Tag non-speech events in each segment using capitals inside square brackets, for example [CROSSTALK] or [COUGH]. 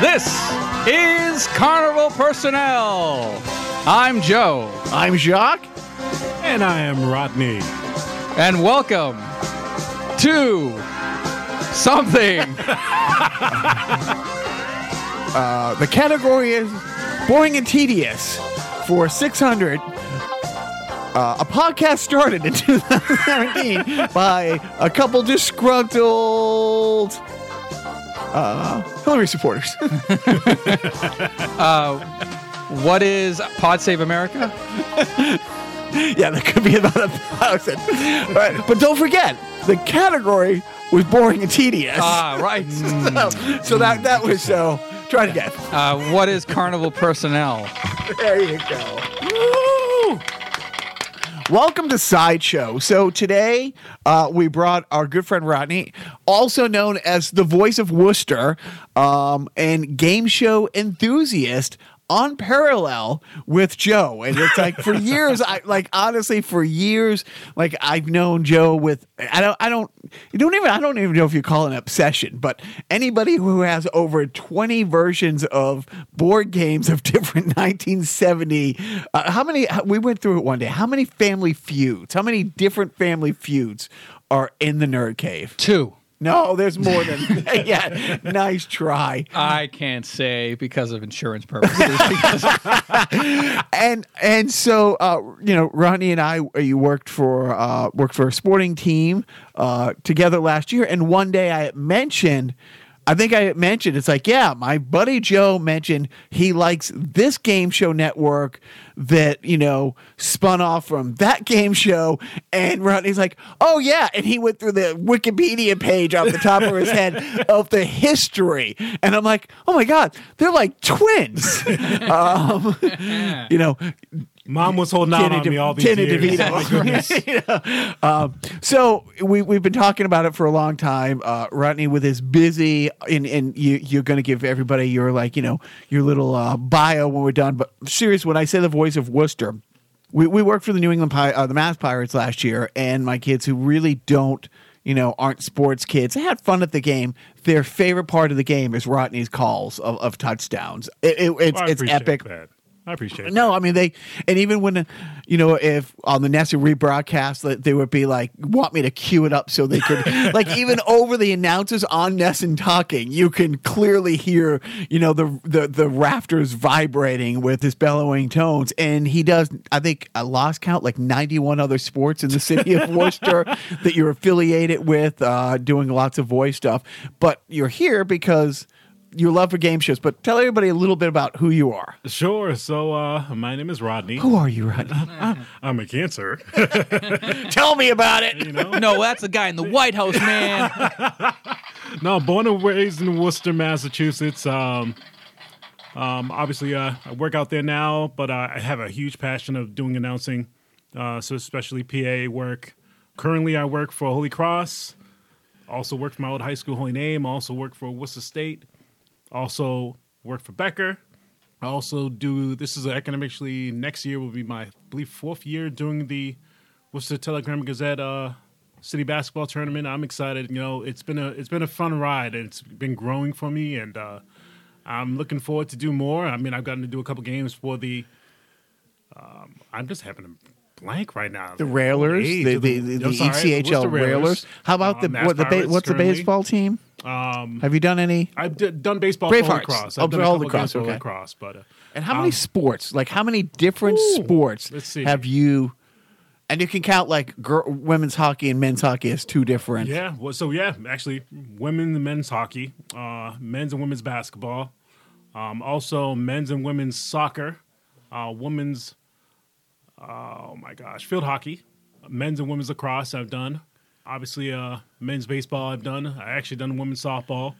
This is Carnival Personnel. I'm Joe, I'm Jacques. And I am Rodney. and welcome to [LAUGHS] something. Uh, the category is boring and tedious for 600. Uh, a podcast started in [LAUGHS] 2017 by a couple disgruntled uh, Hillary supporters. [LAUGHS] uh, what is Pod Save America? yeah, that could be about a thousand. All right, But don't forget, the category was boring and tedious. Ah, right. [LAUGHS] so, so that that was so. Try it again. Uh, what is Carnival Personnel? There you go. Woo! Welcome to Sideshow. So today uh, we brought our good friend Rodney, also known as the voice of Worcester um, and game show enthusiast, on parallel with Joe. And it's like [LAUGHS] for years, I like honestly for years, like I've known Joe with I don't I don't you don't even I don't even know if you call it an obsession, but anybody who has over twenty versions of board games of different [LAUGHS] 1970, uh, how many we went through it one day. How many Family Feuds? How many different Family Feuds are in the Nerd Cave? Two. No, there's more than [LAUGHS] yeah. Nice try. I can't say because of insurance [LAUGHS] purposes. because [LAUGHS] and and so uh, you know, Ronnie and I, uh, you worked for uh, worked for a sporting team uh, together last year, and one day I mentioned. I think I mentioned it's like, yeah, my buddy Joe mentioned he likes this game show network that, you know, spun off from that game show. And Rodney's like, oh, yeah. And he went through the Wikipedia page off the top of his head of the history. And I'm like, oh my God, they're like twins. um, [LAUGHS] you know, Mom was holding out Danny on De- me all these Danny years. DeVito. Oh [LAUGHS] my [LAUGHS] goodness. You know? um, so we, we've been talking about it for a long time. Uh, Rodney with his busy, and, and you, you're going to give everybody your like you know your little uh, bio when we're done. But serious, when I say the voice of Worcester, we, we worked for the New England Pi- uh, the Mass Pirates last year, and my kids who really don't you know aren't sports kids they had fun at the game. Their favorite part of the game is Rodney's calls of, of touchdowns. It, it- it's I it's appreciate epic. That. I appreciate No, I mean they, and even when, you know, if on the NASA rebroadcast, that they would be like, want me to cue it up so they [LAUGHS] could, like, even over the announcers on Ness and talking, you can clearly hear, you know, the the the rafters vibrating with his bellowing tones, and he does. I think I lost count like ninety one other sports in the city of [LAUGHS] Worcester that you're affiliated with, uh, doing lots of voice stuff. But you're here because. Your love for game shows, but tell everybody a little bit about who you are. that. Sure. So, uh, my name is Rodney. Who are you, Rodney? I'm a cancer. [LAUGHS] Tell me about it. you know? no, that's the guy in the White House, man. [LAUGHS] No, born and raised in Worcester, Massachusetts. Um, um, obviously, uh, I work out there now, but uh, I have a huge passion of doing announcing, uh, so especially PA work. Currently, I work for Holy Cross. Also work for my old high school Holy Name. Also work for Worcester State. Also work for Becker. I also do. This is academically next year will be my I believe fourth year doing the Worcester Telegram Gazette uh, city basketball tournament. I'm excited. You know, it's been a it's been a fun ride and it's been growing for me, and uh, I'm looking forward to do more. I mean, I've gotten to do a couple games for the. Um, I'm just having a blank right now. The Railers, Hey, the, to the, the, E I'm sorry, ECHL Worcester Railers. How about uh, the Mass what the ba- Pirates what's the currently. baseball team? Um, Have you done any? I've d- done baseball for Holy Bravehearts. Cross. Oh, I've done a Holy couple games Cross, for Holy okay. Cross, but uh, And how many sports? Like how many different Ooh, sports let's see. have you? And you can count like girl, women's hockey and men's hockey as two different. Yeah. Well, so yeah, actually, women and men's hockey, uh, men's and women's basketball, um, also men's and women's soccer, uh, women's, oh my gosh, field hockey, men's and women's lacrosse. I've done, obviously, uh, men's baseball. I've done. I actually done women's softball.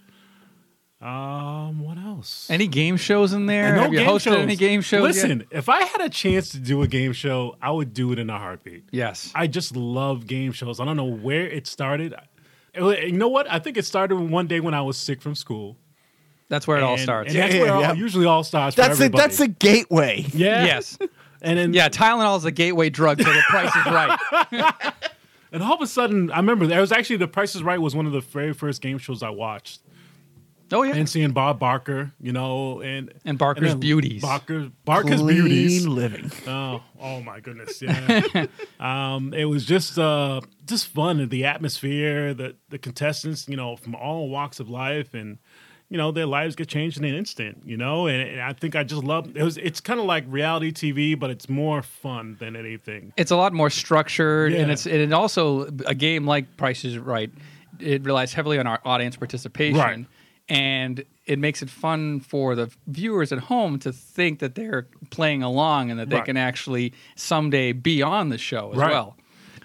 Um, what else? Any game shows in there? Have you hosted any game shows? yet? Listen, if I had a chance to do a game show, I would do it in a heartbeat. Yes. I just love game shows. I don't know where it started. It- You know what? I think it started one day when I was sick from school. That's where it all And- starts. And that's Yeah, where it yeah. all- usually all starts. for that's the everybody. that's the gateway. yeah. Yes. And then Yeah, Tylenol is a gateway drug to the price is [LAUGHS] right. And all of a sudden, I remember there was actually The Price is Right was one of the very first game shows I watched. Oh yeah, and seeing Bob Barker, you know, and And Barker's then Beauties. Barker, Barker's Clean beauties. living. Oh, oh my goodness! Yeah, [LAUGHS] um, it was just uh, just fun. The atmosphere, the the contestants, you know, from all walks of life, and you know, their lives get changed in an instant. You know, and, and I think I just love it. Was it's kind of like reality TV, but it's more fun than anything. it's a lot more structured, Yeah. and it's and it also a game like Price is Right. It relies heavily on our audience participation, Right. and it makes it fun for the viewers at home to think that they're playing along and that they Right. can actually someday be on the show as Right. well.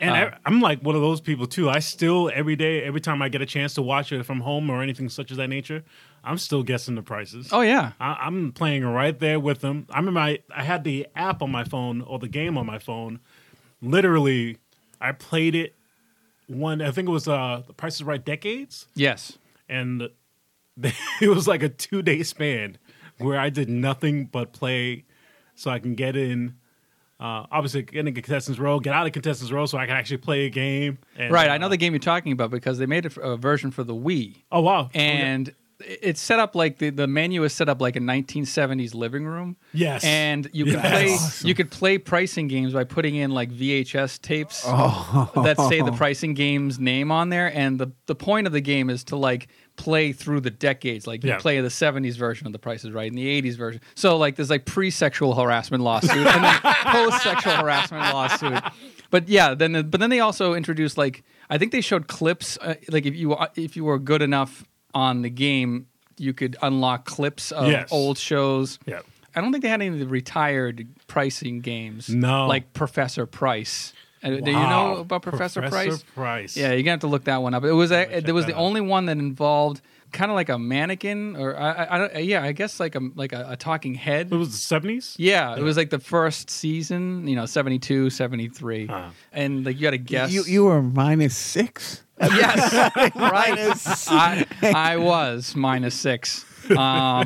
And I, I'm like one of those people too. I still every day, every time I get a chance to watch it from home or anything such as that nature, I'm still guessing the prices. Oh yeah, I, I'm playing right there with them. I remember I, I had the app on my phone or the game on my phone. Literally, I played it one. I think it was uh, the Price is Right decades, yes. and [LAUGHS] it was like a two day span where I did nothing but play, so I can get in. Uh, obviously, get in contestants row, get out of contestants row, so I can actually play a game. And, Right, uh, I know the game you're talking about because they made a, f- a version for the Wii, Oh wow! and i- it's set up like the, the menu is set up like a 1970s living room. Yes. and you could Yes. play Awesome. you could play pricing games by putting in like VHS [LAUGHS] tapes Oh. that say the pricing game's name on there, and the the point of the game is to like play through the decades like you Yeah. play the 70s version of the prices right and the 80s version so like there's like pre-sexual harassment lawsuit and [LAUGHS] then post-sexual harassment lawsuit but yeah then the, but then they also introduced like i think they showed clips uh, like if you if you were good enough on the game you could unlock clips of Yes. old shows Yeah. I don't think they had any of the retired pricing games. No. Like Professor Price. Uh, Do you Wow. know about Professor, Price? Ah, Price. Yeah, you're gonna have to look that one up. It was a, check there was that the out. only one that involved kind of like a mannequin or I, I, I don't, uh, yeah, I guess like a like a, a talking head. It was the seventies. Yeah, it was like the first season, you know, 72, 73. Huh. And like you had a guess. You you were minus six. [LAUGHS] yes. [LAUGHS] Minus. I, I was minus [LAUGHS] 6. Um, Hey,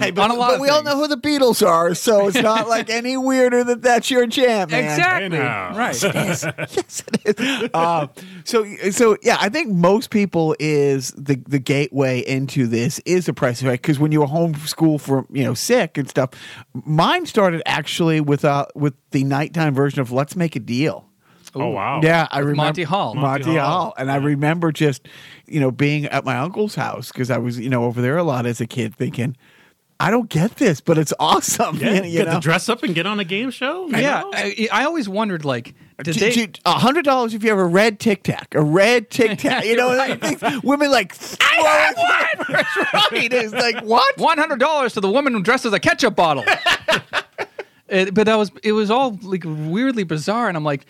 on but a lot but of we all things. know who the Beatles are, so it's not like any weirder that that's your jam, man. Exactly. Hey, now. [LAUGHS] Right. yes, yes, it is. Uh, so, so yeah, I think most people is the the gateway into this is the price right because when you were home from school for you know sick and stuff, mine started actually with uh with the nighttime version of Let's Make a Deal. Oh wow! Yeah, I remember Monty Hall. Monty, Monty Hall. Hall. and I remember just you know being at my uncle's house because I was you know over there a lot as a kid thinking. I don't get this, but it's [LAUGHS] awesome. [LAUGHS] Yeah, you get know? to dress up and get on a game show. you Yeah, know? I, I always wondered like, did Uh, Ju- they? ju- A hundred dollars if you have a red Tic Tac, a red Tic Tac. You know, like, things- women like I have one. [LAUGHS] right? It's like what? One hundred dollars to the woman who dresses a ketchup bottle. It- but that was it was all like weirdly bizarre, and I'm like,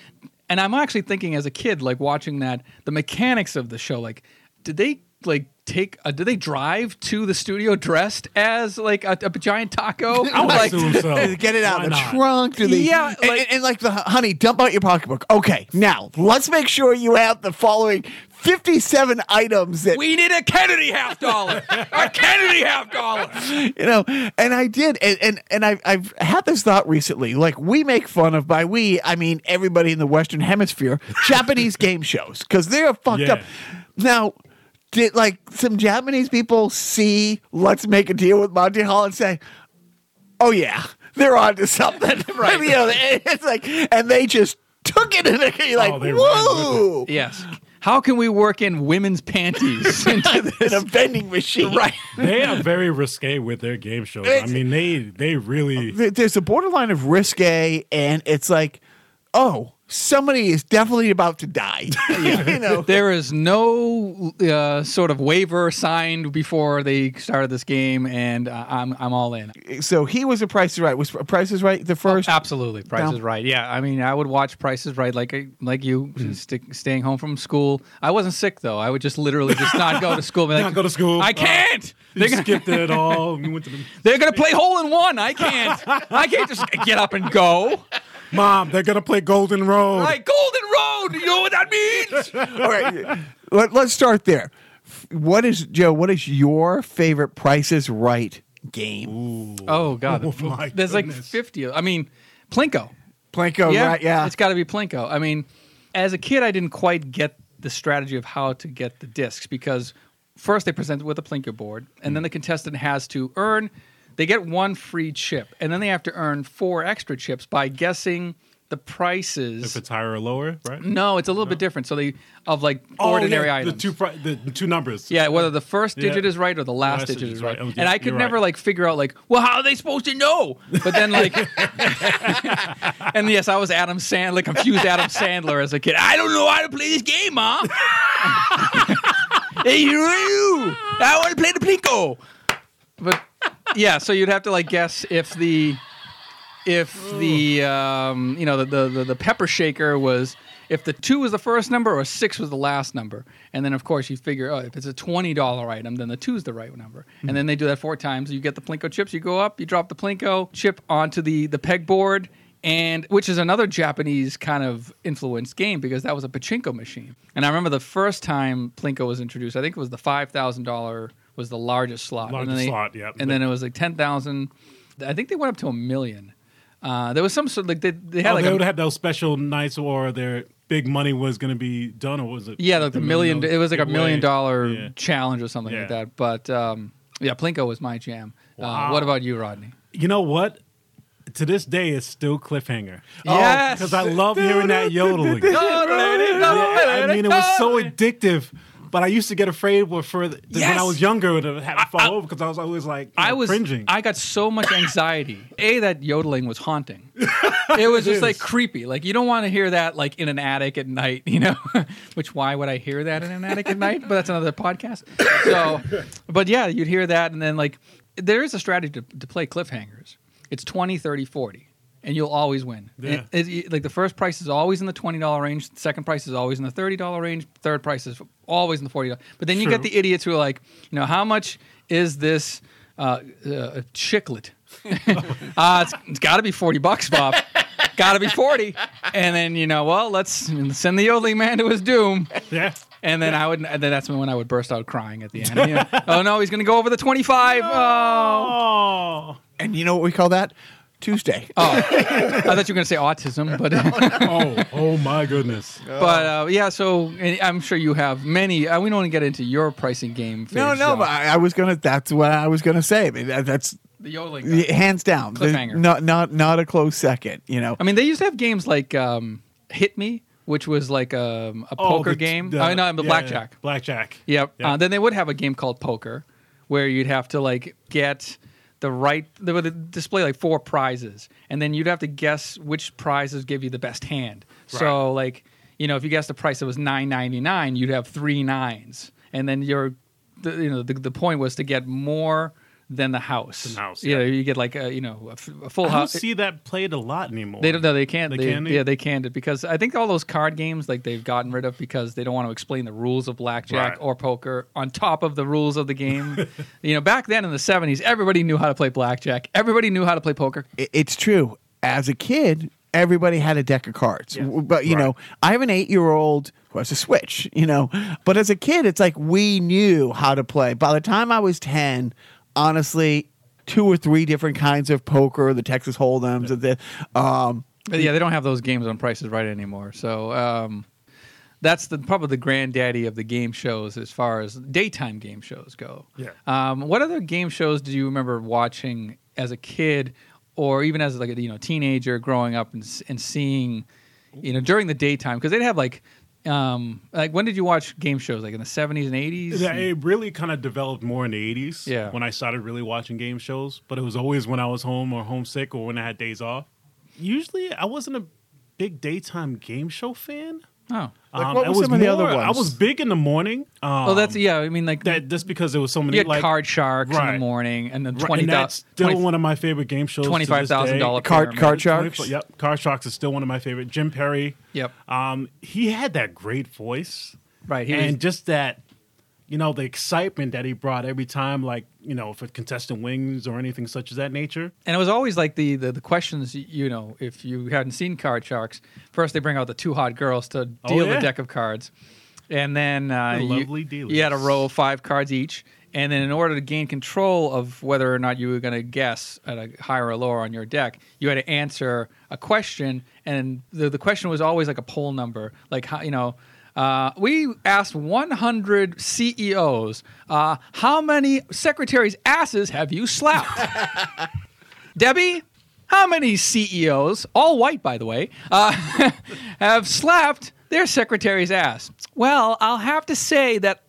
and I'm actually thinking as a kid, like watching that, the mechanics of the show, like, did they like take? A, did they drive to the studio dressed as like a, a giant taco? I would like, assume so. They [LAUGHS] Get it out Why of the not? trunk. Do they, Yeah, and, like- and, and like the honey, dump out your pocketbook. Okay, now let's make sure you have the following fifty-seven items that we need a Kennedy half dollar, [LAUGHS] a Kennedy half dollar. you know and i did and and, and I've, I've had this thought recently like we make fun of by we i mean everybody in the western [LAUGHS] hemisphere japanese game shows because they're fucked Yeah. up now did like some japanese people see let's make a deal with monty hall and say oh yeah they're on to [LAUGHS] something right you know it's like and they just took it and they're like Oh, they ran with it. whoa [LAUGHS] Yes. How can we work in women's panties [LAUGHS] into in this? a vending machine right they are very risque with their game shows. I It's- mean, they they really there- there's a borderline of risque, and it's like, oh, somebody is definitely about to die. [LAUGHS] you know, There is no uh, sort of waiver signed before they started this game, and uh, I'm I'm all in. so he was a Price is Right. Was Price is Right the first? Absolutely, Price No. is Right. Yeah, I mean, I would watch Price is Right like I- like you, Hmm. stick, staying home from school. I wasn't sick though. I would just literally just not go to school. Be like, not go to school. I can't. Uh, [LAUGHS] you They're gonna- skipped [LAUGHS] it all. You went to the, They're gonna play hole in one. I can't. I can't just get up and [LAUGHS] go. Mom, they're gonna play Golden Road. Like Golden Road. You know what that means? [LAUGHS] All right, let, us start there. What is Joe? What is your favorite Price is Right game? Oh God. Oh, my There's like goodness. 50. I mean, Plinko. Oh, Planko, yeah, right? Yeah. It's got to be Plinko. I mean, as a kid, I didn't quite get the strategy of how to get the discs because first they present with a plinker board, and Mm. then the contestant has to earn. They get one free chip, and then they have to earn four extra chips by guessing the prices. If it's higher or lower, right? no, it's a little bit different. So they of like Oh, Mm, ordinary yeah, items. The two, pri- the, the two numbers. Yeah, whether the first digit Yeah. is right or the last digit is right. Oh, And yeah, I could you're right. never like figure out like, well, how are they supposed to know? But then like, [LAUGHS] and yes, I was Adam Sandler, confused Adam Sandler as a kid. I don't know how to play this game, ma. [LAUGHS] hey, you, you. I want to play the plinko. But yeah, so you'd have to like guess if the if the um, you know the, the the the pepper shaker was if the two was the first number or six was the last number, and then of course you figure oh if it's a twenty dollar item then the two's the right number, and then they do that four times. You get the plinko chips, you go up, you drop the plinko chip onto the the pegboard. And which is another Japanese kind of influenced game because that was a pachinko machine. And I remember the first time Plinko was introduced, I think it was the five thousand dollar was the largest slot. and then Largest they- slot, yeah. And then it was like ten thousand. I think they went up to a million. Uh, there was some sort of like they, they had Oh, like they a, would have those special nights or their big money was going to be done, or was it? yeah like the million. It was like a million dollar Yeah. challenge or something like Yeah. that. But um, yeah, Plinko was my jam. Uh, Wow. what about you, Rodney? You know what? To this day, it's still cliffhanger. Yes. because I love hearing that yodeling. I I mean, it was so addictive. But I used to get afraid with further when I Yes. was younger to have it fall over because I was always like I was cringing. I got so much anxiety. A that yodeling was [LAUGHS] haunting. It was just like is. creepy. Like you don't want to hear that like in an attic at night, you know. [LAUGHS] Which why would I hear that in an attic at night? But that's another podcast. So, but yeah, you'd hear that and then like there is a strategy to, to play cliffhangers. It's 20, 30, 40 and you'll always win. Yeah. It- it- like the first price is always in the $20 range, second price is always in the $30 range, third price is always in the $40. But then you get True. the idiots who are like, you know, how much is this uh, uh, chiclet? [LAUGHS] uh, it's, it's got to be 40 bucks, Bob. got to be 40. And then, you know, well, let's send the yodeling man to his doom. yeah. And then I would, and then that's when I would burst out crying at the end. You know, oh no, he's going to go over the 25. Oh. Oh, And you know what we call that? Tuesday. Oh. I thought you were going to say autism, [LAUGHS] but. [LAUGHS] oh, oh my goodness! [LAUGHS] But uh, yeah, so and I'm sure you have many. Uh, we don't want to get into your pricing game. no, phase, no, John. but I, I was gonna. That's what I was gonna say. I mean, that- that's the yodeling. yeah, hands down. There's Cliffhanger. Not, not, not a close second. You know. I mean, they used to have games like um, Hit Me, which was like um, a Oh, poker the- game. oh, no, the yeah, blackjack. yeah, blackjack. Yep. Yeah. Uh, then they would have a game called poker, where you'd have to like get the right. They would display like four prizes, and then you'd have to guess which prizes give you the best hand. So like, you know, if you guessed the price that was nine ninety nine, you'd have three nines, and then your, the, you know, the, the point was to get more than the house. Than the house, You know, yeah. you get like a you know a, f- a full I don't house. see that played a lot anymore. They don't. No, they can't. They They- can't? Yeah, they canned it because I think all those card games like they've gotten rid of because they don't want to explain the rules of blackjack Right. or poker on top of the rules of the [LAUGHS] game. you know, back then in the seventies, everybody knew how to play blackjack. Everybody knew how to play poker. I- it's true. As a kid, everybody had a deck of cards. W- But you know, I have an eight-year-old who has a Switch. You know, but as a kid, it's like we knew how to play. By the time I was ten, honestly, two or three different kinds of poker, the Texas Hold'ems, and the um, But yeah, they don't have those games on prices right anymore. So um, that's the probably the granddaddy of the game shows as far as daytime game shows go. Yeah. Um, what other game shows do you remember watching as a kid, or even as like a you know teenager growing up and, s- and seeing, you know, during the daytime because they'd have like. Um, like when did you watch game shows? Like in the seventies and eighties? Yeah, it really kind of developed more in the 80s Yeah. when I started really watching game shows, but it was always when I was home or homesick or when I had days off. Usually, I wasn't a big daytime game show fan. Oh, Like, what were some of the other I ones? Um, was big in the morning. Um, oh, that's yeah. I mean, like that just because there was so many you had like card sharks in the right. morning, and then right, twenty and that's dollars, still one of my favorite game shows. to this day. $25,000 card Pyramid. card sharks. Yep, Car Sharks is still one of my favorite. Jim Perry. Yep. Um, he had that great voice. Right, he and was- just that, you know, the excitement that he brought every time, like, you know, if a contestant wins or anything such as that nature. and it was always like the, the the questions you know if you hadn't seen card sharks first they bring out the two hot girls to deal Oh, yeah. the deck of cards and then uh, The you, lovely dealers. you had a row of five cards each and then in order to gain control of whether or not you were going to guess at a higher or lower on your deck you had to answer a question and the, the question was always like a poll number like how you know Uh, we asked 100 CEOs, E uh, how many secretaries' asses have you slapped? Debbie, how many CEOs, all white by the way, uh, [LAUGHS] have slapped their secretary's ass? Well, I'll have to say that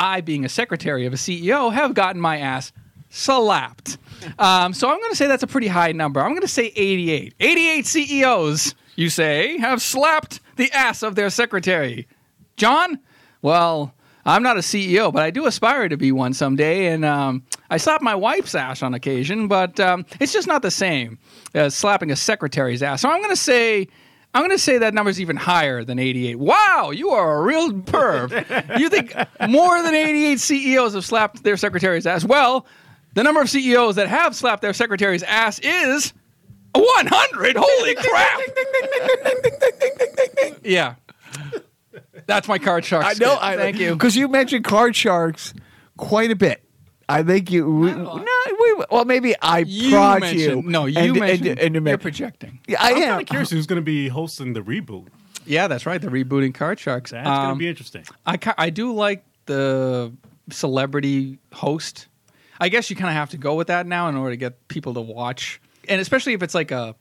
I, being a secretary of a CEO, have gotten my ass slapped. Um, so I'm going to say that's a pretty high number. I'm going to say 88. 88 CEOs, E you say, have slapped the ass of their secretary. John? Well, I'm not a CEO, but I do aspire to be one someday. And um, I slap my wife's ass on occasion, but um, it's just not the same as slapping a secretary's ass. So I'm going to say. I'm going to say that number's even higher than 88. Wow, you are a real [LAUGHS] perv. you think more than 88 CEOs have slapped their secretary's ass? Well, the number of CEOs that have slapped their secretary's ass is 100. Holy crap. yeah. That's my card shark. I skit. know. I, Thank you. Because you mentioned card sharks quite a bit. I think you. We, a lot. no, we, well, maybe I You prod you. mentioned- No, you and, mentioned. And, and, and you're projecting. Yeah, I I'm am. kind of curious who's going to be hosting the reboot. Yeah, that's right. The rebooting Card Sharks. That's going Um, to be interesting. I ki- I do like the celebrity host. I guess you kind of have to go with that now in order to get people to watch, and especially if it's like a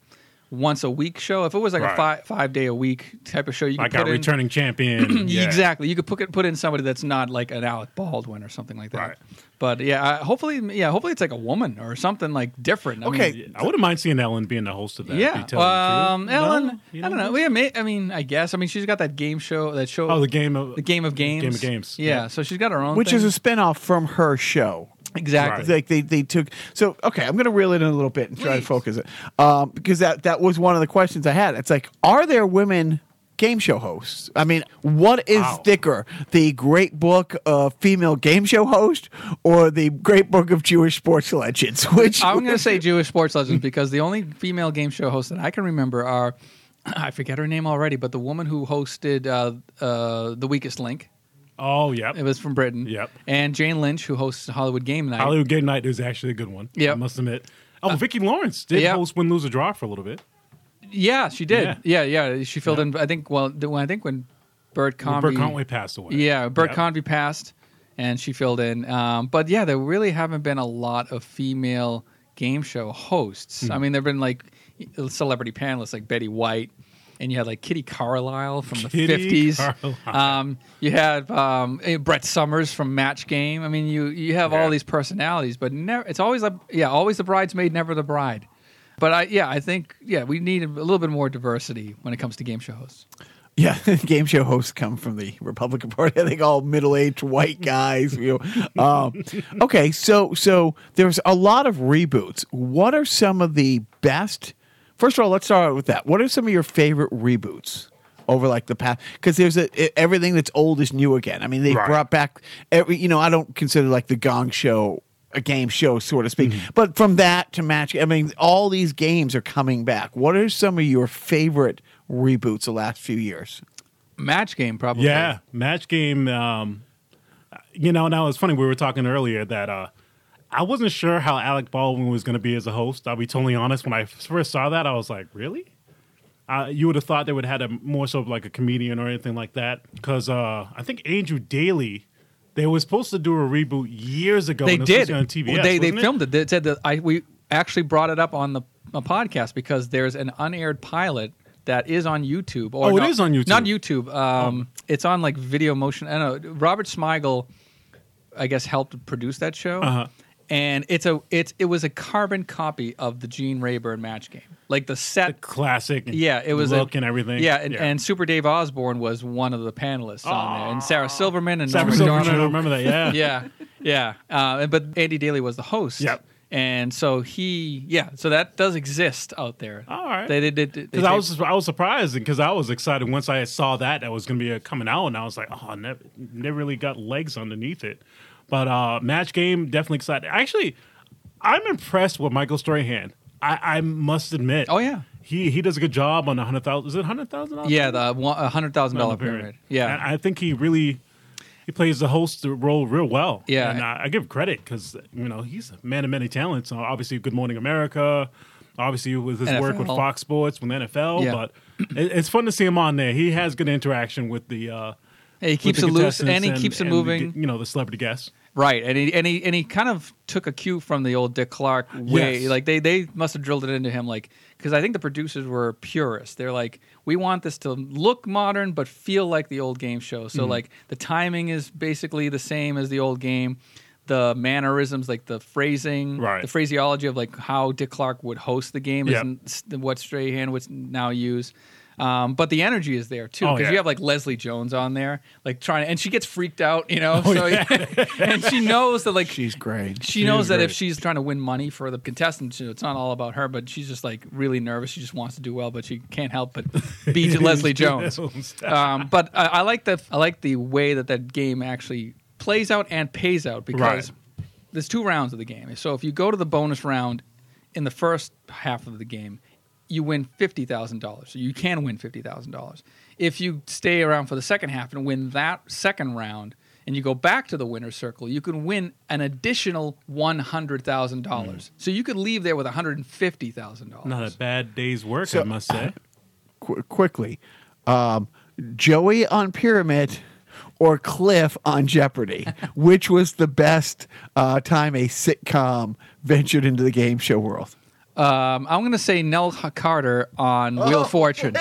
once a week show. If it was like a Right. five five day a week type of show, you could Like put our in, [CLEARS THROAT] returning champion. Yeah. Exactly. You could put put in somebody that's not like an Alec Baldwin or something like that. Right. But yeah, I, hopefully, yeah, hopefully it's like a woman or something like different. I mean, Okay. I wouldn't mind seeing Ellen being the host of that. yeah, to tell you the um, truth. Ellen. No? You I don't know. We may, I mean, I guess. I mean, she's got that game show. That show. Oh, the game of the game of games. Game of games. Yeah. So she's got her own. Which is thing. a spinoff from her show. exactly. Like they, they took so okay. I'm gonna reel it in a little bit and try to Please. focus it um, because that that was one of the questions I had. It's like, are there women game show hosts? I mean, what is Wow. thicker, the Great Book of Female Game Show Host or the Great Book of Jewish Sports Legends? [LAUGHS] Which I'm going to [LAUGHS] say Jewish sports legends because the only female game show hosts that I can remember are, [CLEARS THROAT] I forget her name already, but the woman who hosted uh, uh, The Weakest Link. Oh, yeah. It was from Britain. Yep. And Jane Lynch, who hosts Hollywood Game Night. Hollywood Game Night is actually a good one. Yep. I must admit. Oh, Vicki Lawrence did yep. host Win, Lose, or Draw for a little bit. Yeah, she did. Yeah, yeah. She filled in. I think. Well, the- I think when Bert Convy. When Bert Conway passed away. Yeah, Bert Yep. Convy passed, and she filled in. Um, but yeah, there really haven't been a lot of female game show hosts. Hmm. I mean, there've been like celebrity panelists like Betty White, and you had like Kitty Carlisle from the Kitty fifties. Carlisle. Um, you had um, eh, Brett Summers from Match Game. I mean, you you have all Yeah. these personalities, but never. It's always a yeah, always the bridesmaid, never the bride. But I yeah, I think yeah, we need a little bit more diversity when it comes to game show hosts. Yeah, [LAUGHS] game show hosts come from the Republican Party. [LAUGHS] I think all middle-aged white guys. You know. um, okay, so so there's a lot of reboots. What are some of the best? First of all, let's start out with that. What are some of your favorite reboots over like the past? Because there's a, e- everything that's old is new again. I mean, they Right. brought back every. You know, I don't consider like the Gong Show a game show, so to speak. But from that to match, I mean, all these games are coming back. What are some of your favorite reboots the last few years? Match game probably. Yeah, match game. Um, you know, now it's funny. We were talking earlier that uh, I wasn't sure how Alec Baldwin was going to be as a host. I'll be totally honest. When I first saw that, I was like, really? Uh, you would have thought they would have had a more so of like a comedian or anything like that. Because uh, I think Andrew Daly, they were supposed to do a reboot years ago. they and this was did on TV. they they filmed it. They said that I we actually brought it up on the a podcast because there's an unaired pilot that is on YouTube. Or Oh, it not- is on YouTube. Oh. Not YouTube. Um, it's on like Video Motion. I don't know. Robert Smigel, I guess, helped produce that show. Uh-huh. And it's a it's it was a carbon copy of the Gene Rayburn match game, like the set. Classic. yeah, it was a- look and everything. Yeah, and, and Super Dave Osborne was one of the panelists on there, and Sarah Silverman and Sarah Norman Silverman, I Darnell remember that. [LAUGHS] Yeah, yeah, yeah. Uh, and- but Andy Daly was the host. Yep. And so he, yeah, so that does exist out there. All right. They did. did- they Because I taped- was I was surprised because I was excited once I saw that that was going to be uh, coming out, and I was like, oh, never, never really got legs underneath it. But uh, match game definitely excited. Actually, I'm impressed with Michael Strahan. I, I must admit. Oh, yeah. he he does a good job on a hundred thousand. Is it hundred thousand? yeah, the one- a hundred thousand dollar pyramid. Yeah. and I think he really he plays the host role real well. Yeah. and I, I give credit because you know he's a man of many talents. Uh, Obviously, Good Morning America. Obviously, with his work with NFL. Fox Sports, with NFL. Yeah. But it, it's fun to see him on there. He has good interaction with the. Uh, Yeah, he with keeps the it loose contestants and he keeps it the moving. gu- you know, the celebrity guests. Right, and he and he and he kind of took a cue from the old Dick Clark way. Yes. Like they they must have drilled it into him, like because I think the producers were purists. They're like, we want this to look modern but feel like the old game show. Mm. So like the timing is basically the same as the old game. The mannerisms, like the phrasing, Right. the phraseology of like how Dick Clark would host the game Yep. isn't s- what Strahan would now use. Um, but the energy is there too Oh, because yeah. you have like Leslie Jones on there, like trying, and she gets freaked out, you know. Oh, so [LAUGHS] and she knows that like She's great. she knows that if she's trying to win money for the contestants, you know, it's not all about her, but she's just like really nervous. She just wants to do well, but she can't help but be [LAUGHS] [LAUGHS] to Leslie Jones. Um, but I, I like the I like the way that that game actually plays out and pays out because there's two rounds of the game. So if you go to the bonus round in the first half of the game, you win fifty thousand dollars. So you can win fifty thousand dollars. If you stay around for the second half and win that second round, and you go back to the winner's circle, you can win an additional one hundred thousand dollars. So you could leave there with one hundred and fifty thousand dollars. Not a bad day's work, So- I must say. Qu- quickly, um, Joey on Pyramid or Cliff on [LAUGHS] Jeopardy, which was the best uh, time a sitcom ventured into the game show world? Um, I'm going to say Nell H- Carter on Wheel Oh, of [LAUGHS] Fortune.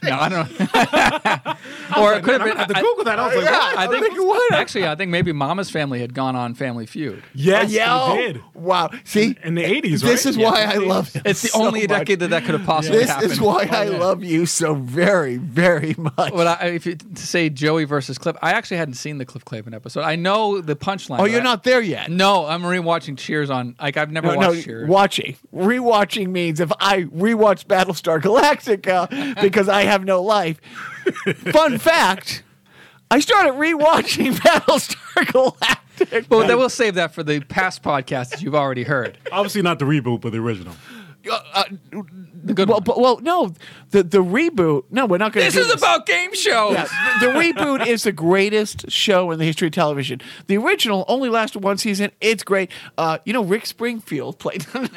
No, I don't. [LAUGHS] know. or it could have been. I, Google that. I was like, what? I I'm think thinking, what? actually, I think maybe Mama's Family had gone on Family Feud. Yes, Yo, they did. Wow. See, In the 80s, right? this is why I love it. It's the only decade that that could have possibly This happened. is why I Oh, love you so very, very much. Well, I, if you to say Joey versus Cliff, I actually hadn't seen the Cliff Clavin episode. I know the punchline. oh, but you're I- not there yet. No, I'm rewatching Cheers on. Like I've never No, watched no, Cheers. watching. Rewatching means if I rewatch Battlestar [LAUGHS] Galactica because I have no life. Fun fact I started rewatching [LAUGHS] Battlestar Galactica. but they will save that for the past podcasts that you've already heard. Obviously, not the reboot, but the original. Uh, The good Well, one. but, well, no, the, the reboot. No, we're not going to this is about game shows. [LAUGHS] Yeah, the the reboot is the greatest show in the history of television. The original only lasted one season. It's great. Uh, you know, Rick Springfield played. [LAUGHS] awesome.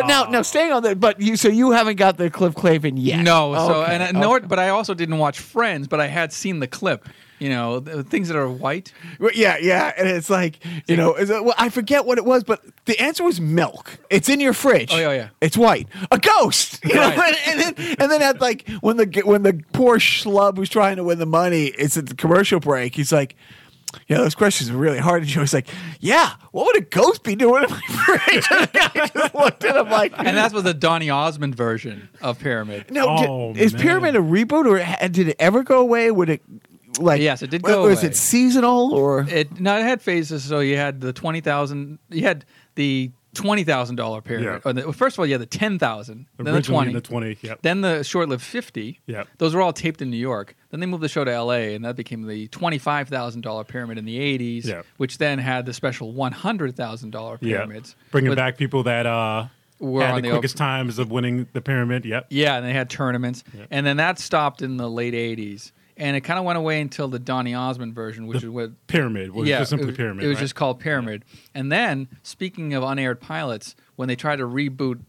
But now, now staying on that. But you, so you haven't got the Cliff Clavin yet. No, so Okay, and I, nor, but I also didn't watch Friends, but I had seen the clip. You know, the things that are white. Well, Yeah, yeah, and it's like you know, is it, well, I forget what it was, but the answer was milk. It's in your fridge. Oh, yeah, yeah. It's white. A ghost. [LAUGHS] You know, Right. and, and then and then at like when the when the poor schlub who's trying to win the money is at the commercial break, he's like. Yeah, those questions were really hard. And Joey's like, "Yeah, what would a ghost be doing in my [LAUGHS] fridge?" And I just looked at him like, And that was the Donny Osmond version of Pyramid. "No, Oh, di- is man. Pyramid a reboot, or ha- did it ever go away? Would it like? Yes, it did or- go or Is away. it seasonal or? It no, it had phases. So you had the twenty thousand. You had the twenty thousand dollar pyramid. Yeah. Or the, well, first of all, you had the ten thousand, then the Originally twenty, in the 20, yep. then the short-lived fifty. Yep. those were all taped in New York. Then they moved the show to L.A., and that became the twenty-five thousand dollar pyramid in the eighties, Yep. which then had the special one hundred thousand dollar pyramids. Yeah. Bringing with- back people that uh, Were had on the, the op- quickest times of winning the pyramid. Yep. Yeah, and they had tournaments, and then that stopped in the late '80s, and it kind of went away until the Donny Osmond version, which is what Pyramid was yeah, just it simply was- pyramid. It was right? just called Pyramid. And then, speaking of unaired pilots, when they tried to reboot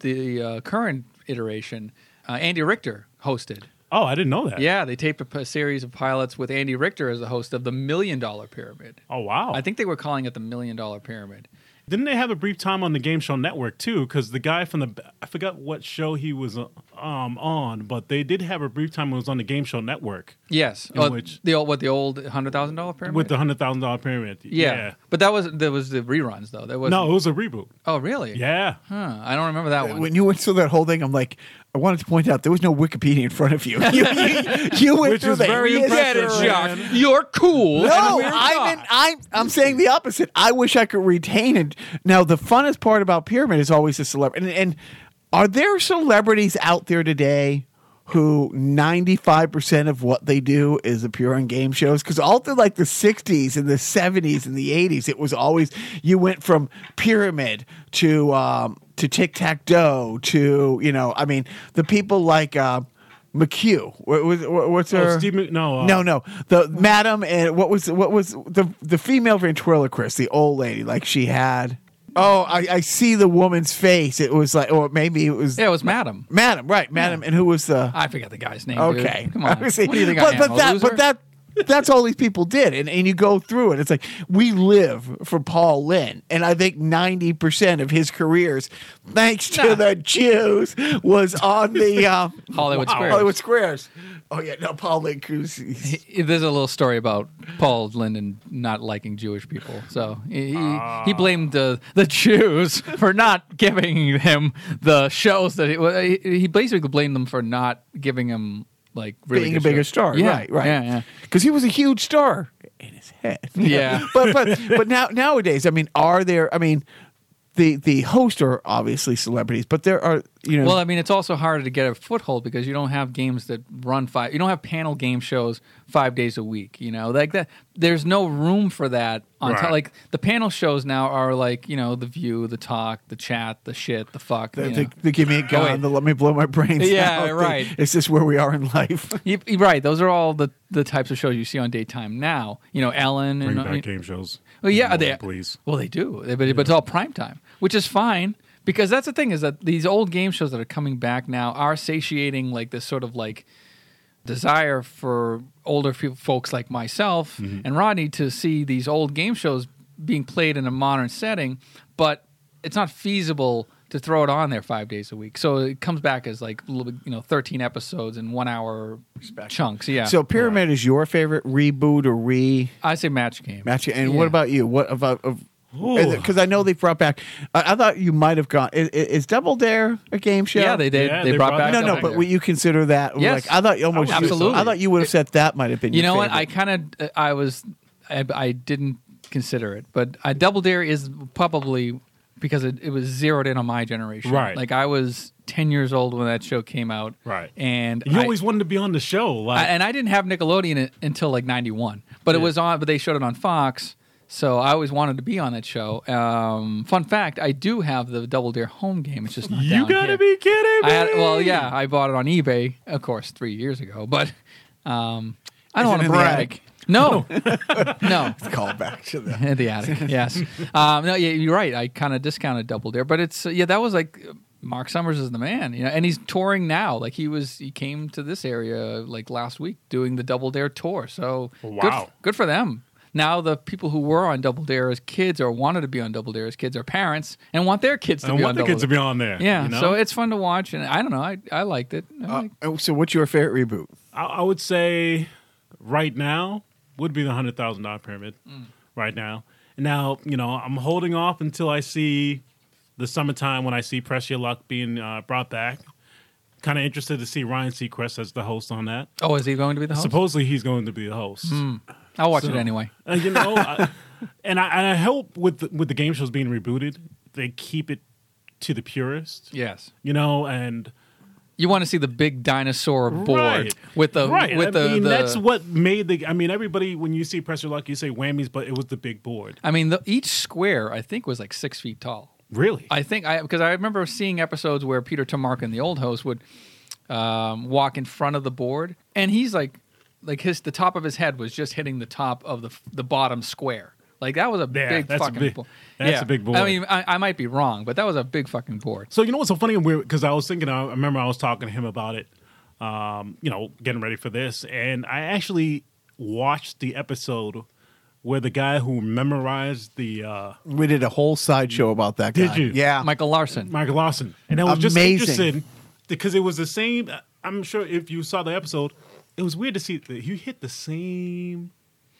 the uh, current iteration, uh, Andy Richter hosted. Oh, I didn't know that. Yeah, they taped a, p- series of pilots with Andy Richter as the host of the Million Dollar Pyramid. Oh wow. I think they were calling it the Million Dollar Pyramid. Didn't they have a brief time on the Game Show Network too? Because the guy from the I forgot what show he was uh, um, on, but they did have a brief time when it was on the Game Show Network Yes, In Oh, which- the old, what the old hundred thousand dollar pyramid with the hundred thousand dollar pyramid. yeah. but that was there was the reruns though. That was No, it was a reboot. Oh really? Yeah. Huh. I don't remember that one. When you went through that whole thing, I'm like, I wanted to point out there was no Wikipedia in front of you. [LAUGHS] You, you, you went Which through is that. very Yes. Get it, impressive, Jock. man. You're cool. and No, we're I'm, not. in, I'm I'm saying the opposite. I wish I could retain it. Now, the funnest part about Pyramid is always the celebrity. And, and are there celebrities out there today who 95% of what they do is appear on game shows? Because all through like the 60s and the 70s and the 80s, it was always you went from Pyramid to um, to Tic Tac Doe to, you know, I mean, the people like. Uh, McHugh, what was what- what's her? Steve Mc- no, uh, no, Oh, no. The madam and what was what was the the female ventriloquist, the old lady, like she had Oh, I, I see the woman's face. It was like, or maybe it was Yeah, it was Madam. Madam, right? Madam, and who was the? I forget the guy's name. dude. Okay, Come [LAUGHS] on. Obviously. What do you think But I am? but a that loser? but that that's all these people did, and and you go through it. It's like we live for Paul Lynn, and I think ninety percent of his careers, thanks to Nah. the Jews, was [LAUGHS] on the uh, Hollywood wow, Squares. Hollywood Squares. Oh yeah, no, Paul Lynn Cruz. he's- there's a little story about Paul Linden not liking Jewish people. So he, he, Ah. he blamed the, the Jews for not giving him the shows that he, well, he he basically blamed them for not giving him like really being a good bigger shows. star, Yeah, right? Right. Yeah, yeah. Because he was a huge star in his [LAUGHS] head. Yeah. but but but now nowadays, I mean, are there? I mean, the the hosts are obviously celebrities, but there are you [LAUGHS] know. Well, I mean, it's also harder to get a foothold because you don't have games that run five. You don't have panel game shows five days a week. You know, like that. There's no room for that on te- Right. like the panel shows now are like you know the View, the Talk, the Chat, the Shit, the Fuck. the, you the, know. the give me a gun, wait. the let me blow my brains Yeah, out. the- right. Is this where we are in [LAUGHS] life? You- you're right. Those are all the, the types of shows you see on daytime now. You know, Ellen Bring and back I mean- game shows. well, yeah, More, they please. Well, they do, They- but, but it's all prime time, which is fine because that's the thing is that these old game shows that are coming back now are satiating like this sort of like desire for older fe- folks like myself Mm-hmm. and Rodney to see these old game shows being played in a modern setting, but it's not feasible to throw it on there five days a week. So it comes back as like little bit, you know thirteen episodes in one hour chunks. Yeah. So, Pyramid is your favorite reboot or re I say match game. match? And Yeah. what about you? What about Ooh. because I know they brought back. I, I thought you might have gone. Is, is Double Dare a game show? yeah, they they, Yeah, they, they brought, brought back No, that no, back but there. would you consider that? Yes. Like I thought you almost I would absolutely. I thought you would have said that might have been. You your know what? I favorite. kind of I was I, I didn't consider it, but I, Double Dare is probably because it, it was zeroed in on my generation. Right. Like I was ten years old when that show came out. Right. And You I- always wanted to be on the show. I, Like, and I didn't have Nickelodeon i- until like '91, but it Yeah. was on. But they showed it on Fox, so I always wanted to be on that show. Um, fun fact: I do have the Double Dare home game. It's just not you down gotta here. be kidding I me. had, well, yeah, I bought it on eBay, of course, three years ago, but um, I don't want Is it to in the brag. attic? No, [LAUGHS] no, call back to that. in [LAUGHS] the attic. Yes, um, no, yeah, you're right. I kind of discounted Double Dare, but it's yeah, that was like uh, Mark Summers is the man, you know, and he's touring now. Like he was, he came to this area like last week doing the Double Dare tour. So good, f- Wow. good for them. Now the people who were on Double Dare as kids or wanted to be on Double Dare as kids are parents and want their kids to be I on want the Double kids to Dare. be on there. [LAUGHS] Yeah, you know? Uh, so it's fun to watch, and I don't know, I I liked it. I like- Oh, so, what's your favorite reboot? I, I would say right now would be the hundred thousand dollar pyramid. Right now, now you know I'm holding off until I see the summertime when I see Pressure Luck being uh, brought back. Kind of interested to see Ryan Seacrest as the host on that. oh, is he going to be the host? Supposedly he's going to be the host. I'll watch So- it anyway. Uh, you [LAUGHS] know, I, and I and I hope with the, with the game shows being rebooted, they keep it to the purest. Yes, You know, and you want to see the big dinosaur board Right. with the right. with the. I mean, the- that's what made the. I mean, everybody when you see Presser Luck, you say whammies, but it was the big board. I mean, the, each square I think was like six feet tall. Really? I think I because I remember seeing episodes where Peter Tamarkin, the old host, would um, walk in front of the board, and he's like, like his the top of his head was just hitting the top of the the bottom square. Like that was a Yeah, big that's a fucking big- board. that's yeah. a big I board. mean, I, I might be wrong, but that was a big fucking board. so you know what's so funny? Because I was thinking, I remember I was talking to him about it. Um, you know, getting ready for this, and I actually watched the episode where the guy who memorized the uh, We did a whole sideshow about that. Did guy. you? Yeah. Michael Larson. Michael Lawson, and I was just Amazing. interested because it was the same. I'm sure if you saw the episode, it was weird to see that you hit the same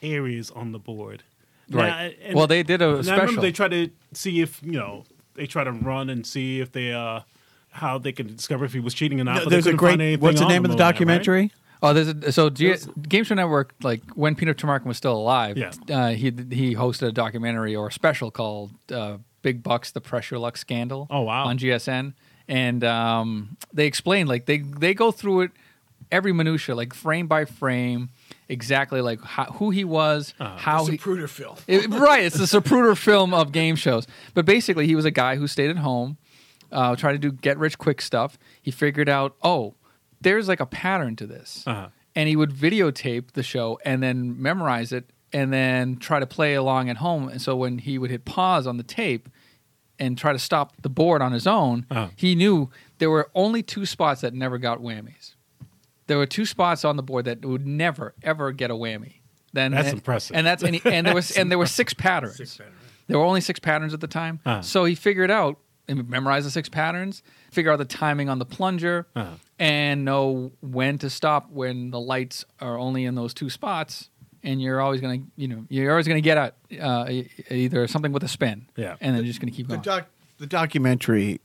areas on the board. Right. and- Well, they did a and I remember special. they tried to see if you know they try to run and see if they uh how they can discover if he was cheating or not. No, but they there's a couldn't find great. anything What's the on name him of the on that, right? documentary? Oh, there's a so G- Game Show Network. Like when Peter Tamarkin was still alive, Yeah. uh, he he hosted a documentary or a special called uh, "Big Bucks: The Pressure Luck Scandal." Oh, wow. On GSN, and um, they explain like they they go through it every minutia, like frame by frame, exactly like how, who he was, Uh-huh. how he, Pruderfield. it- right, it's the Zapruder film of game shows. But basically, he was a guy who stayed at home, uh, tried to do get rich quick stuff. He figured out, oh, there's like a pattern to this, Uh-huh. and he would videotape the show and then memorize it and then try to play along at home. And so when he would hit pause on the tape, and try to stop the board on his own, Uh-huh. he knew there were only two spots that never got whammies. There were two spots on the board that would never ever get a whammy. Then That's and- impressive. And that's and, he- and there was and there were [LAUGHS] six patterns. patterns. There were only six patterns at the time, Uh-huh. so he figured out and memorized the six patterns, figure out the timing on the plunger, Uh-huh. and know when to stop when the lights are only in those two spots. And you're always gonna, you know, you're always gonna get out uh, e- either something with a spin, Yeah. and then you're just gonna keep the going. doc the documentary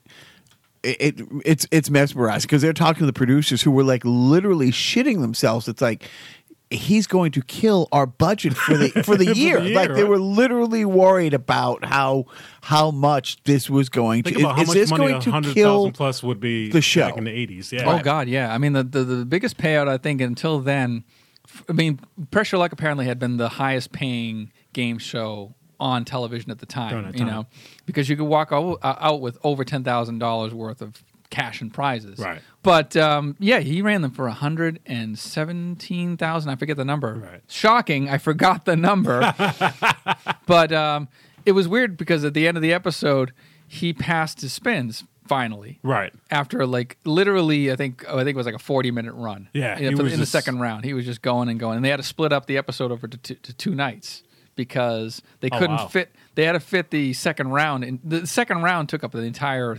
it, it it's it's mesmerizing because they're talking to the producers who were like literally shitting themselves it's like he's going to kill our budget for the [LAUGHS] for the year year, like they right. were literally worried about how how much this was going Think to about how is much this money going a to hundred kill thousand plus would be the show? back in the eighties. Yeah. Oh God, yeah. I mean, the, the the biggest payout I think until then, f- I mean, Pressure Luck apparently had been the highest paying game show on television at the time. During that You time. know, because you could walk o- uh, out with over ten thousand dollars worth of cash and prizes. Right. But um, yeah, he ran them for hundred and seventeen thousand. I forget the number. Right. Shocking! I forgot the [LAUGHS] number. But um, it was weird because at the end of the episode, he passed his spins finally. Right. After like literally, I think oh, I think it was like a forty-minute run. Yeah, In, he for- was in the just- second round, he was just going and going, and they had to split up the episode over to, two to two nights because they Oh, couldn't wow. fit. They had to fit the second round, and the second round took up the entire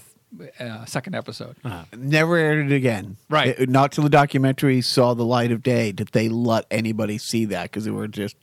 uh, second episode. Uh-huh. never aired it again Right. It- not till the documentary saw the light of day did they let anybody see that because they were just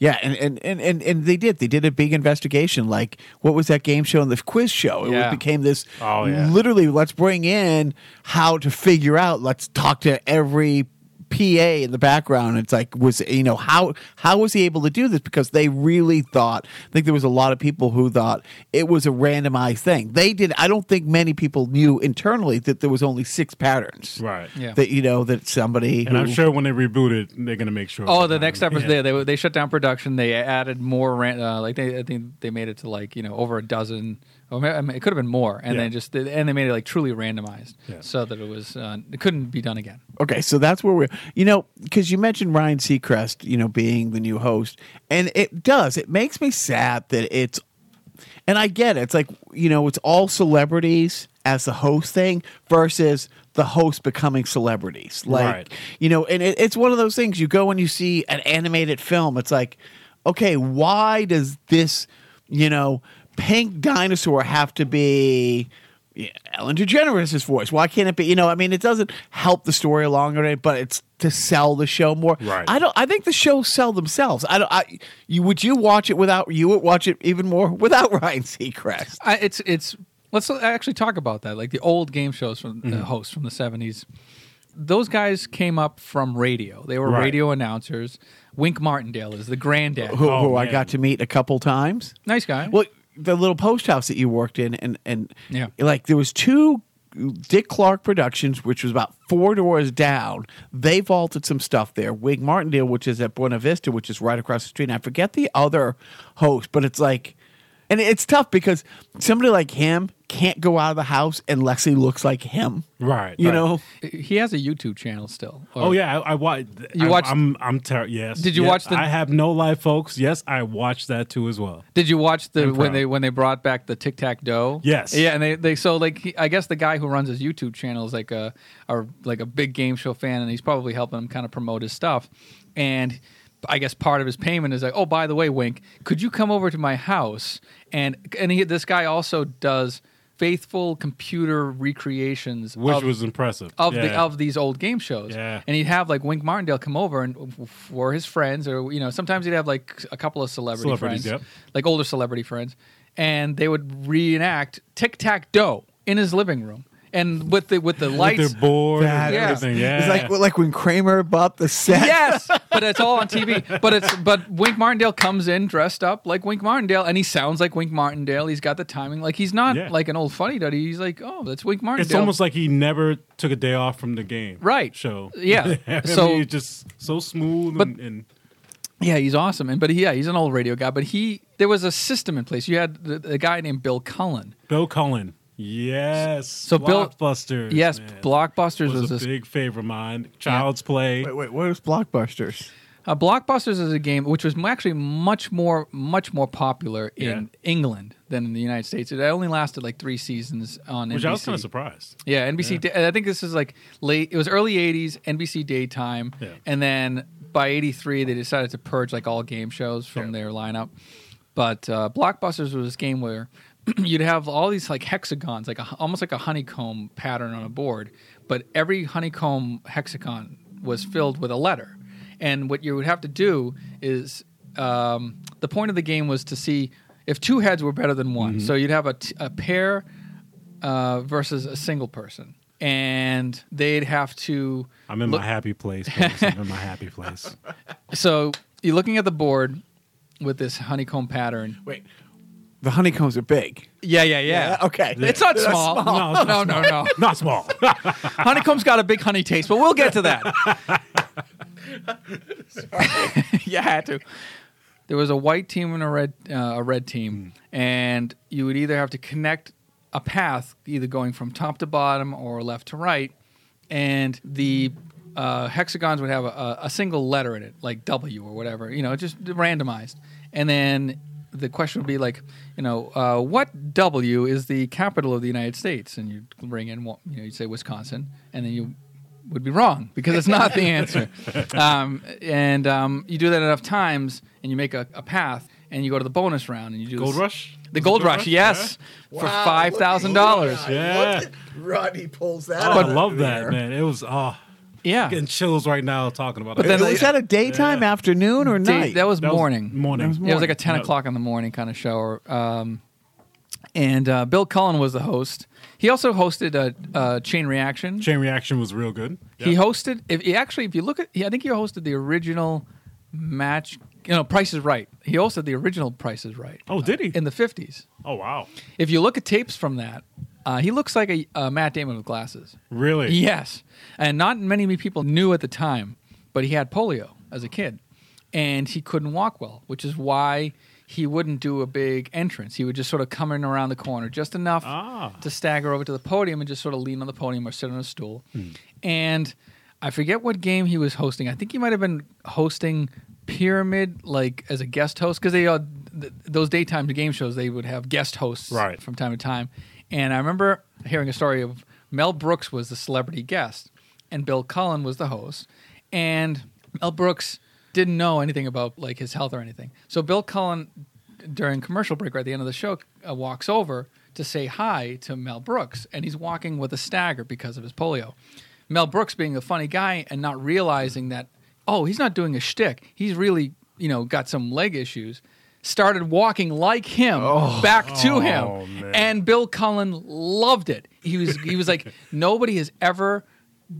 yeah and, and and and and they did they did a big investigation like what was that game show and the quiz show it Yeah. became this Oh, yeah. literally let's bring in how to figure out let's talk to every PA in the background. It's like was you know how how was he able to do this? Because they really thought. I think there was a lot of people who thought it was a randomized thing. They did. I don't think many people knew internally that there was only six patterns. Right. Yeah. That you know that somebody And who, I'm sure when they reboot it, they're gonna make sure. Oh, it's the not- next episode, yeah. they, they they shut down production. They added more ran Uh, like they, I think they made it to like you know over a dozen. Or ma- I mean, it could have been more, and Yeah. then just and they made it like truly randomized, Yeah. so that it was uh, it couldn't be done again. Okay, so that's where we're, you know, because you mentioned Ryan Seacrest, you know, being the new host, and it does. It makes me sad that it's, and I get it. It's like, you know, it's all celebrities as the host thing versus the host becoming celebrities. Like, Right. you know, and it, it's one of those things you go and you see an animated film, it's like, okay, why does this, you know, pink dinosaur have to be yeah, Ellen DeGeneres' voice? Why can't it be, you know, I mean, it doesn't help the story along or anything, but it's to sell the show more. Right. I don't, I think the shows sell themselves. I don't, I, you, would you watch it without, you would watch it even more [LAUGHS] without Ryan Seacrest. I, it's it's let's uh, actually talk about that. Like the old game shows from the hosts from the seventies. Those guys came up from radio. They were Right. radio announcers. Wink Martindale is the granddad. Who, Oh, who I man. got to meet a couple times. Nice guy. Well, the little post house that you worked in, and and Yeah. like there was two Dick Clark Productions, which was about four doors down. They vaulted some stuff there. Wig Martindale, which is at Buena Vista, which is right across the street. And I forget the other host, but it's like, and it's tough because somebody like him can't go out of the house unless he looks like him, Right. You right. know, he has a YouTube channel still. Or- Oh yeah, I, I watch. You I, watched- I'm I'm terrible. Yes. Did you yes, watch the- I have no life, folks. Yes, I watched that too as well. Did you watch the Improv. when they when they brought back the tic tac dough? Yes. Yeah, and they, they so like he, I guess the guy who runs his YouTube channel is like a or like a big game show fan, and he's probably helping him kind of promote his stuff. And I guess part of his payment is like, oh, by the way, Wink, could you come over to my house? And and he, this guy also does faithful computer recreations Which of, was impressive. of the Yeah. of these old game shows. Yeah. And he'd have like Wink Martindale come over and for his friends or you know sometimes he'd have like a couple of celebrity Celebrities, friends, yep. like older celebrity friends, and they would reenact tic tac toe in his living room and with the with the lights. They're [LAUGHS] bored. That and is- everything. Yeah. it's like like when Kramer bought the set. Yes, but it's all on TV. But it's but Wink Martindale comes in dressed up like Wink Martindale, and he sounds like Wink Martindale. He's got the timing. Like he's not Yeah. like an old funny duddy. He's like, oh, that's Wink Martindale. It's almost like he never took a day off from the game. Right. Show. Yeah. [LAUGHS] I So- mean, it's just so smooth But- and, and Yeah, he's awesome, and but he, yeah, he's an old radio guy. But he, there was a system in place. You had the, the guy named Bill Cullen. Bill Cullen. Yes. So Bill- Blockbusters. Yes, man, Blockbusters was, was a this. big favorite of mine. Child's Play. Wait, wait, where's Blockbusters? Uh, Blockbusters is a game which was m- actually much more much more popular in England than in the United States. It only lasted like three seasons on Which NBC. I was kind of surprised. Yeah, NBC. da- I think this is like late. It was early '80s NBC daytime, Yeah. and then by '83 they decided to purge like all game shows from Yeah. their lineup. But uh, Blockbusters was this game where [CLEARS THROAT] you'd have all these like hexagons, like a, almost like a honeycomb pattern on a board, but every honeycomb hexagon was filled with a letter, and what you would have to do is um, the point of the game was to see if two heads were better than one. So you'd have a, t- a pair uh, versus a single person, and they'd have to. I'm in look- my happy [LAUGHS] place. folks. I'm in my happy place. So you're looking at the board with this honeycomb pattern. Wait, the honeycombs are big. Yeah, yeah, Yeah, okay. It's not They're small. small. No, it's No, not no, no, [LAUGHS] Not small. Honeycomb's got a big honey taste, but we'll get to [LAUGHS] that. you had to. There was a white team and a red uh, a red team, and you would either have to connect a path, either going from top to bottom or left to right, and the uh, hexagons would have a- a, a single letter in it, like W or whatever, you know, just randomized. And then the question would be like, you know, uh, what W is the capital of the United States? And you would bring in, one- you know, you'd say Wisconsin, and then you would be wrong because it's not the [LAUGHS] answer. Um, and um, you do that enough times, and you make a, a path, and you go to the bonus round, and you do Gold this- rush? the gold, rush, yes, for Wow, five thousand dollars. look at- Yeah. look at- Rodney pulls that. Oh, I out love of that, there. man. It was, oh, Yeah, getting chills right now talking about But it. then was that a daytime, afternoon, or Day- night? that was That was morning. Morning. Yeah, it was like a Morning. 10 No. o'clock in the morning kind of show. Um, and uh, Bill Cullen was the host. He also hosted a, uh Chain Reaction. Chain reaction was real good. He Yeah. hosted, if he actually, if you look at, he, I think he hosted the original match, you know, Price is Right. He hosted the original Price is Right. Oh, did he? In the 50s. Oh, wow. If you look at tapes from that, uh, he looks like a, a Matt Damon with glasses. Really? Yes. And not many people knew at the time, but he had polio as a kid and he couldn't walk well, which is why he wouldn't do a big entrance. He would just sort of come in around the corner just enough Ah. to stagger over to the podium and just sort of lean on the podium or sit on a stool. And I forget what game he was hosting. I think he might have been hosting Pyramid like as a guest host because they uh, th- those daytime game shows they would have guest hosts Right. from time to time. And I remember hearing a story of Mel Brooks was the celebrity guest and Bill Cullen was the host. And Mel Brooks didn't know anything about like his health or anything. So Bill Cullen during commercial break or at the end of the show uh, walks over to say hi to Mel Brooks and he's walking with a stagger because of his polio. Mel Brooks being a funny guy and not realizing that oh, he's not doing a shtick. He's really, you know, got some leg issues. Started walking like him back to Oh, him, man. and Bill Cullen loved it. He was he was like [LAUGHS] nobody has ever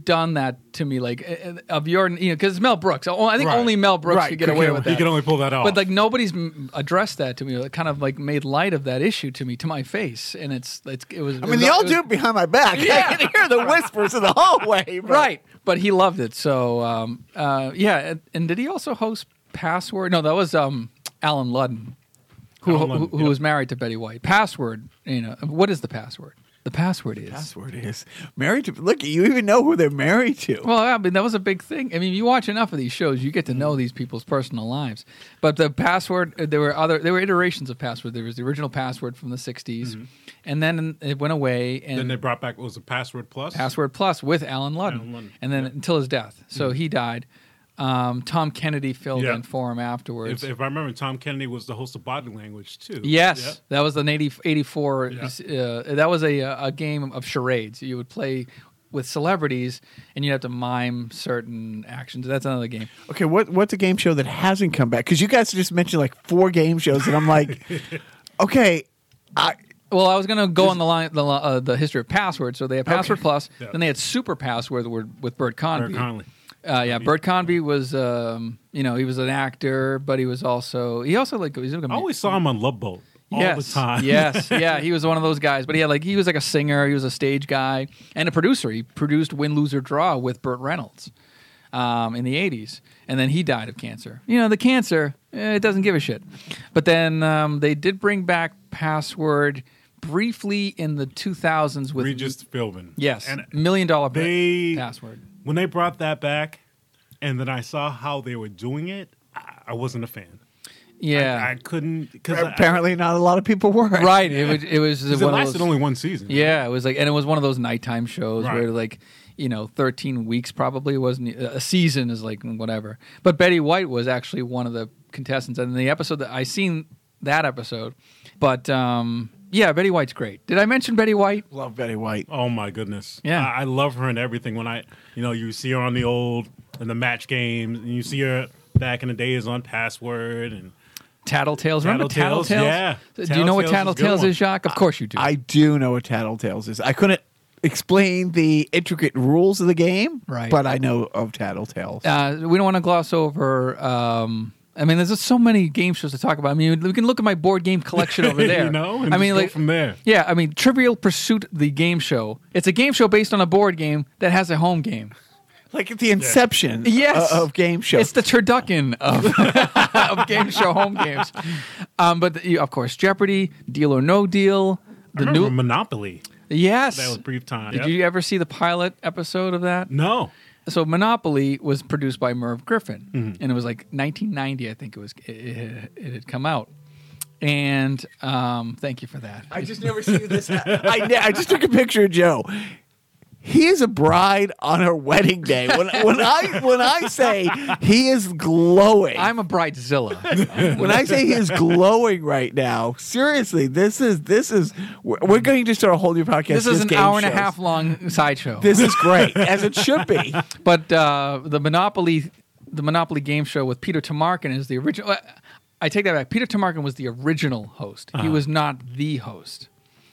done that to me like uh, uh, of your you know because Mel Brooks. Oh, I think Right. only Mel Brooks Right, could get could away get with away- that. He could only pull that off. But like nobody's m- addressed that to me. Like, kind of like made light of that issue to me to my face, and it's it's it was. I mean, they all it was- do it behind my back. [LAUGHS] I can hear the whispers in the hallway. but- Right, but he loved it. So um, uh, yeah, and, and did he also host Password? No, that was um, Alan Ludden, who Alan who, Ludden, who yep. was married to Betty White. Password, you know, what is the password? The password is Password is married to. Look, you even know who they're married to. well, I mean, that was a big thing. I mean, you watch enough of these shows, you get Mm-hmm. to know these people's personal lives. But the password, uh, there were other, there were iterations of password. There was the original password from the '60s, and then it went away. And Mm-hmm. then they brought back, what was it, Password Plus? Password Plus with Alan Ludden, Alan Ludden, Mm-hmm. and then until his death. So he died. Um, Tom Kennedy filled Yeah. in for him afterwards. If, if I remember, Tom Kennedy was the host of Body Language, too. yes, Yeah. that was an 80, 84. Yeah. Uh, that was a a game of charades. You would play with celebrities, and you'd have to mime certain actions. That's another game. Okay, what what's a game show that hasn't come back? Because you guys just mentioned like four game shows, and [LAUGHS] I'm like, okay, I Well, I was going to go on the line the, li- uh, the history of password. So they had password plus. Yeah. Then they had super password with, with Bert Convy. Bert Conley. Uh, yeah, Bert Convy was um, you know he was an actor, but he was also he also like he was like a I always saw him on Love Boat all yes, the time. [LAUGHS] yes, yeah. He was one of those guys, but he had like he was like a singer, he was a stage guy, and a producer. He produced Win, Lose or Draw with Burt Reynolds um, in the '80s, and then he died of cancer. You know, the cancer eh, it doesn't give a shit. But then um, they did bring back Password briefly in the 2000s with Regis Philbin. yes, And million dollar they- password. when they brought that back, and then I saw how they were doing it, I, I wasn't a fan. yeah. I couldn't because Apparently, not a lot of people were. right. It was. It was it one of lasted those, only one season. Yeah, it was like, and it was one of those nighttime shows Right. where like, you know, thirteen weeks probably wasn't e, a season is like whatever. But Betty White was actually one of the contestants, and the episode that I seen that episode, but um, yeah, Betty White's great. Did I mention Betty White? Love Betty White. Oh my goodness. Yeah. I, I love her and everything. When I, you know, you see her on the old and the match games, and you see her back in the days on Password and Tattletales. Remember Tattletales? Tattletales, yeah. Do you know what Tattletales is a good Tattletales one. is, Jacques? Of course you do. I do know what Tattletales is. I couldn't explain the intricate rules of the game, Right. But I know of Tattletales. uh, we don't want to gloss over. Um, I mean, there's just so many game shows to talk about. I mean, we can look at my board game collection [LAUGHS] over there. you know, and I mean, just go like from there. Yeah, I mean, Trivial Pursuit, the game show. It's a game show based on a board game that has a home game. like at the inception uh, Yes, of, of game shows. It's the turducken of, [LAUGHS] of game show home games. Um, but you of course, Jeopardy, Deal or No Deal, I the new remember Monopoly. yes. That was a brief time. Did Yep. you ever see the pilot episode of that? No. so Monopoly was produced by Merv Griffin, Mm-hmm. and it was like 1990, I think it was. It, it, it had come out, and um, thank you for that. I just never see this. [LAUGHS] I, ne- I just took a picture of Joe. He is a bride on her wedding day. When, when I when I say he is glowing, I'm a [LAUGHS] bridezilla. when I say he is glowing right now, seriously, this is this is we're, we're going to start a whole new podcast. this is just an game hour and a shows. half long sideshow. This is great, as it should be. but uh, the Monopoly, the Monopoly game show with Peter Tamarkin is the original. I take that back. Peter Tamarkin was the original host. He was not the host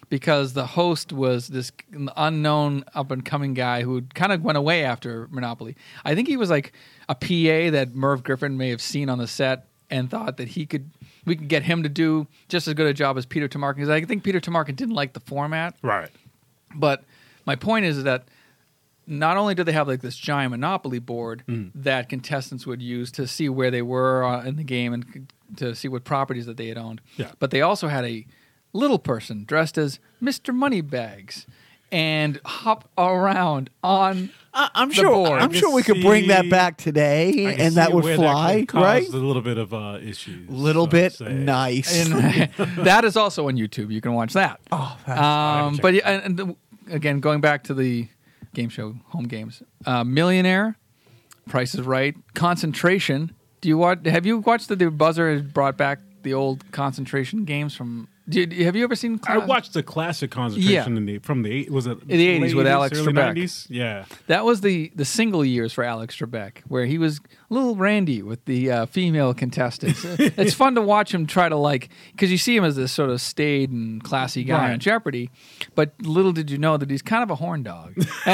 because the host was this unknown up and coming guy who kind of went away after Monopoly. I think he was like a PA that Merv Griffin may have seen on the set and thought that he could we could get him to do just as good a job as Peter Tamarkin. 'Cause I think Peter Tamarkin didn't like the format. Right. But my point is that not only did they have like this giant monopoly board that contestants would use to see where they were uh, in the game and c- to see what properties that they had owned, Yeah. but they also had a little person dressed as Mr. Moneybags and hop around on. I, I'm The sure. board. I'm I sure we can could bring that see- back today, I can and see that would where fly, could cause right? A little bit of uh, issues. Little so bit say. nice. And [LAUGHS] that is also on YouTube. You can watch that. oh, that's Um, check but it yeah, and, and the, again, going back to the game show, home games, uh, Millionaire, Price is Right, Concentration. Do you watch? Have you watched that the buzzer has brought back the old concentration games from? Do you, have you ever seen? I Con- watched the classic concentration in the from the eight was it the 80s with late Alex early Trebek. 90s? Yeah. That was the the single years for Alex Trebek, where he was little randy with the uh, female [LAUGHS] contestants. it's fun to watch him try to like, because you see him as this sort of staid and classy guy on Right. Jeopardy, but little did you know that he's kind of a horn dog. [LAUGHS] [LAUGHS]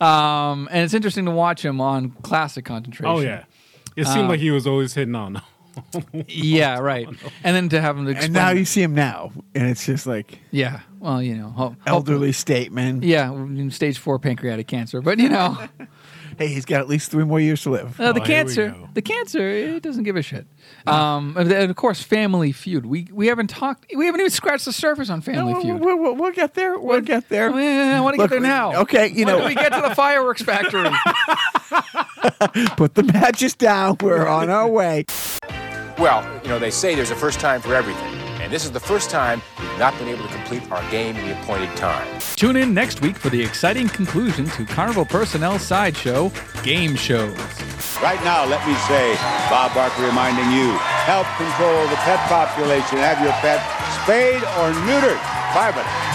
um, and it's interesting to watch him on classic concentration. Oh yeah. It seemed like Uh, he was always hitting on. yeah, [LAUGHS] right. Oh, And then to have him explain, and now you see him now, and it's just like yeah, well, you know, ho- ho- elderly statement. yeah, stage four pancreatic cancer, but you [LAUGHS] know. Hey, he's got at least three more years to live. Uh, the Oh, here we cancer, go. the cancer, it doesn't give a shit. Um, and then, of course, Family Feud. We we haven't talked, we haven't even scratched the surface on Family we'll, Feud. we'll- we'll- we'll get there. We'll get there. Eh, I want to get Look, there now. okay, you When know- do we get to the fireworks factory. Put the [LAUGHS] matches down. We're on our way. Well, you know, they say there's a first time for everything. And this is the first time we've not been able to complete our game in the appointed time. [LAUGHS] Tune in next week for the exciting conclusion to Carnival Personnel Sideshow Game Shows. Right now, let me say, Bob Barker reminding you, help control the pet population. Have your pet spayed or neutered. Private.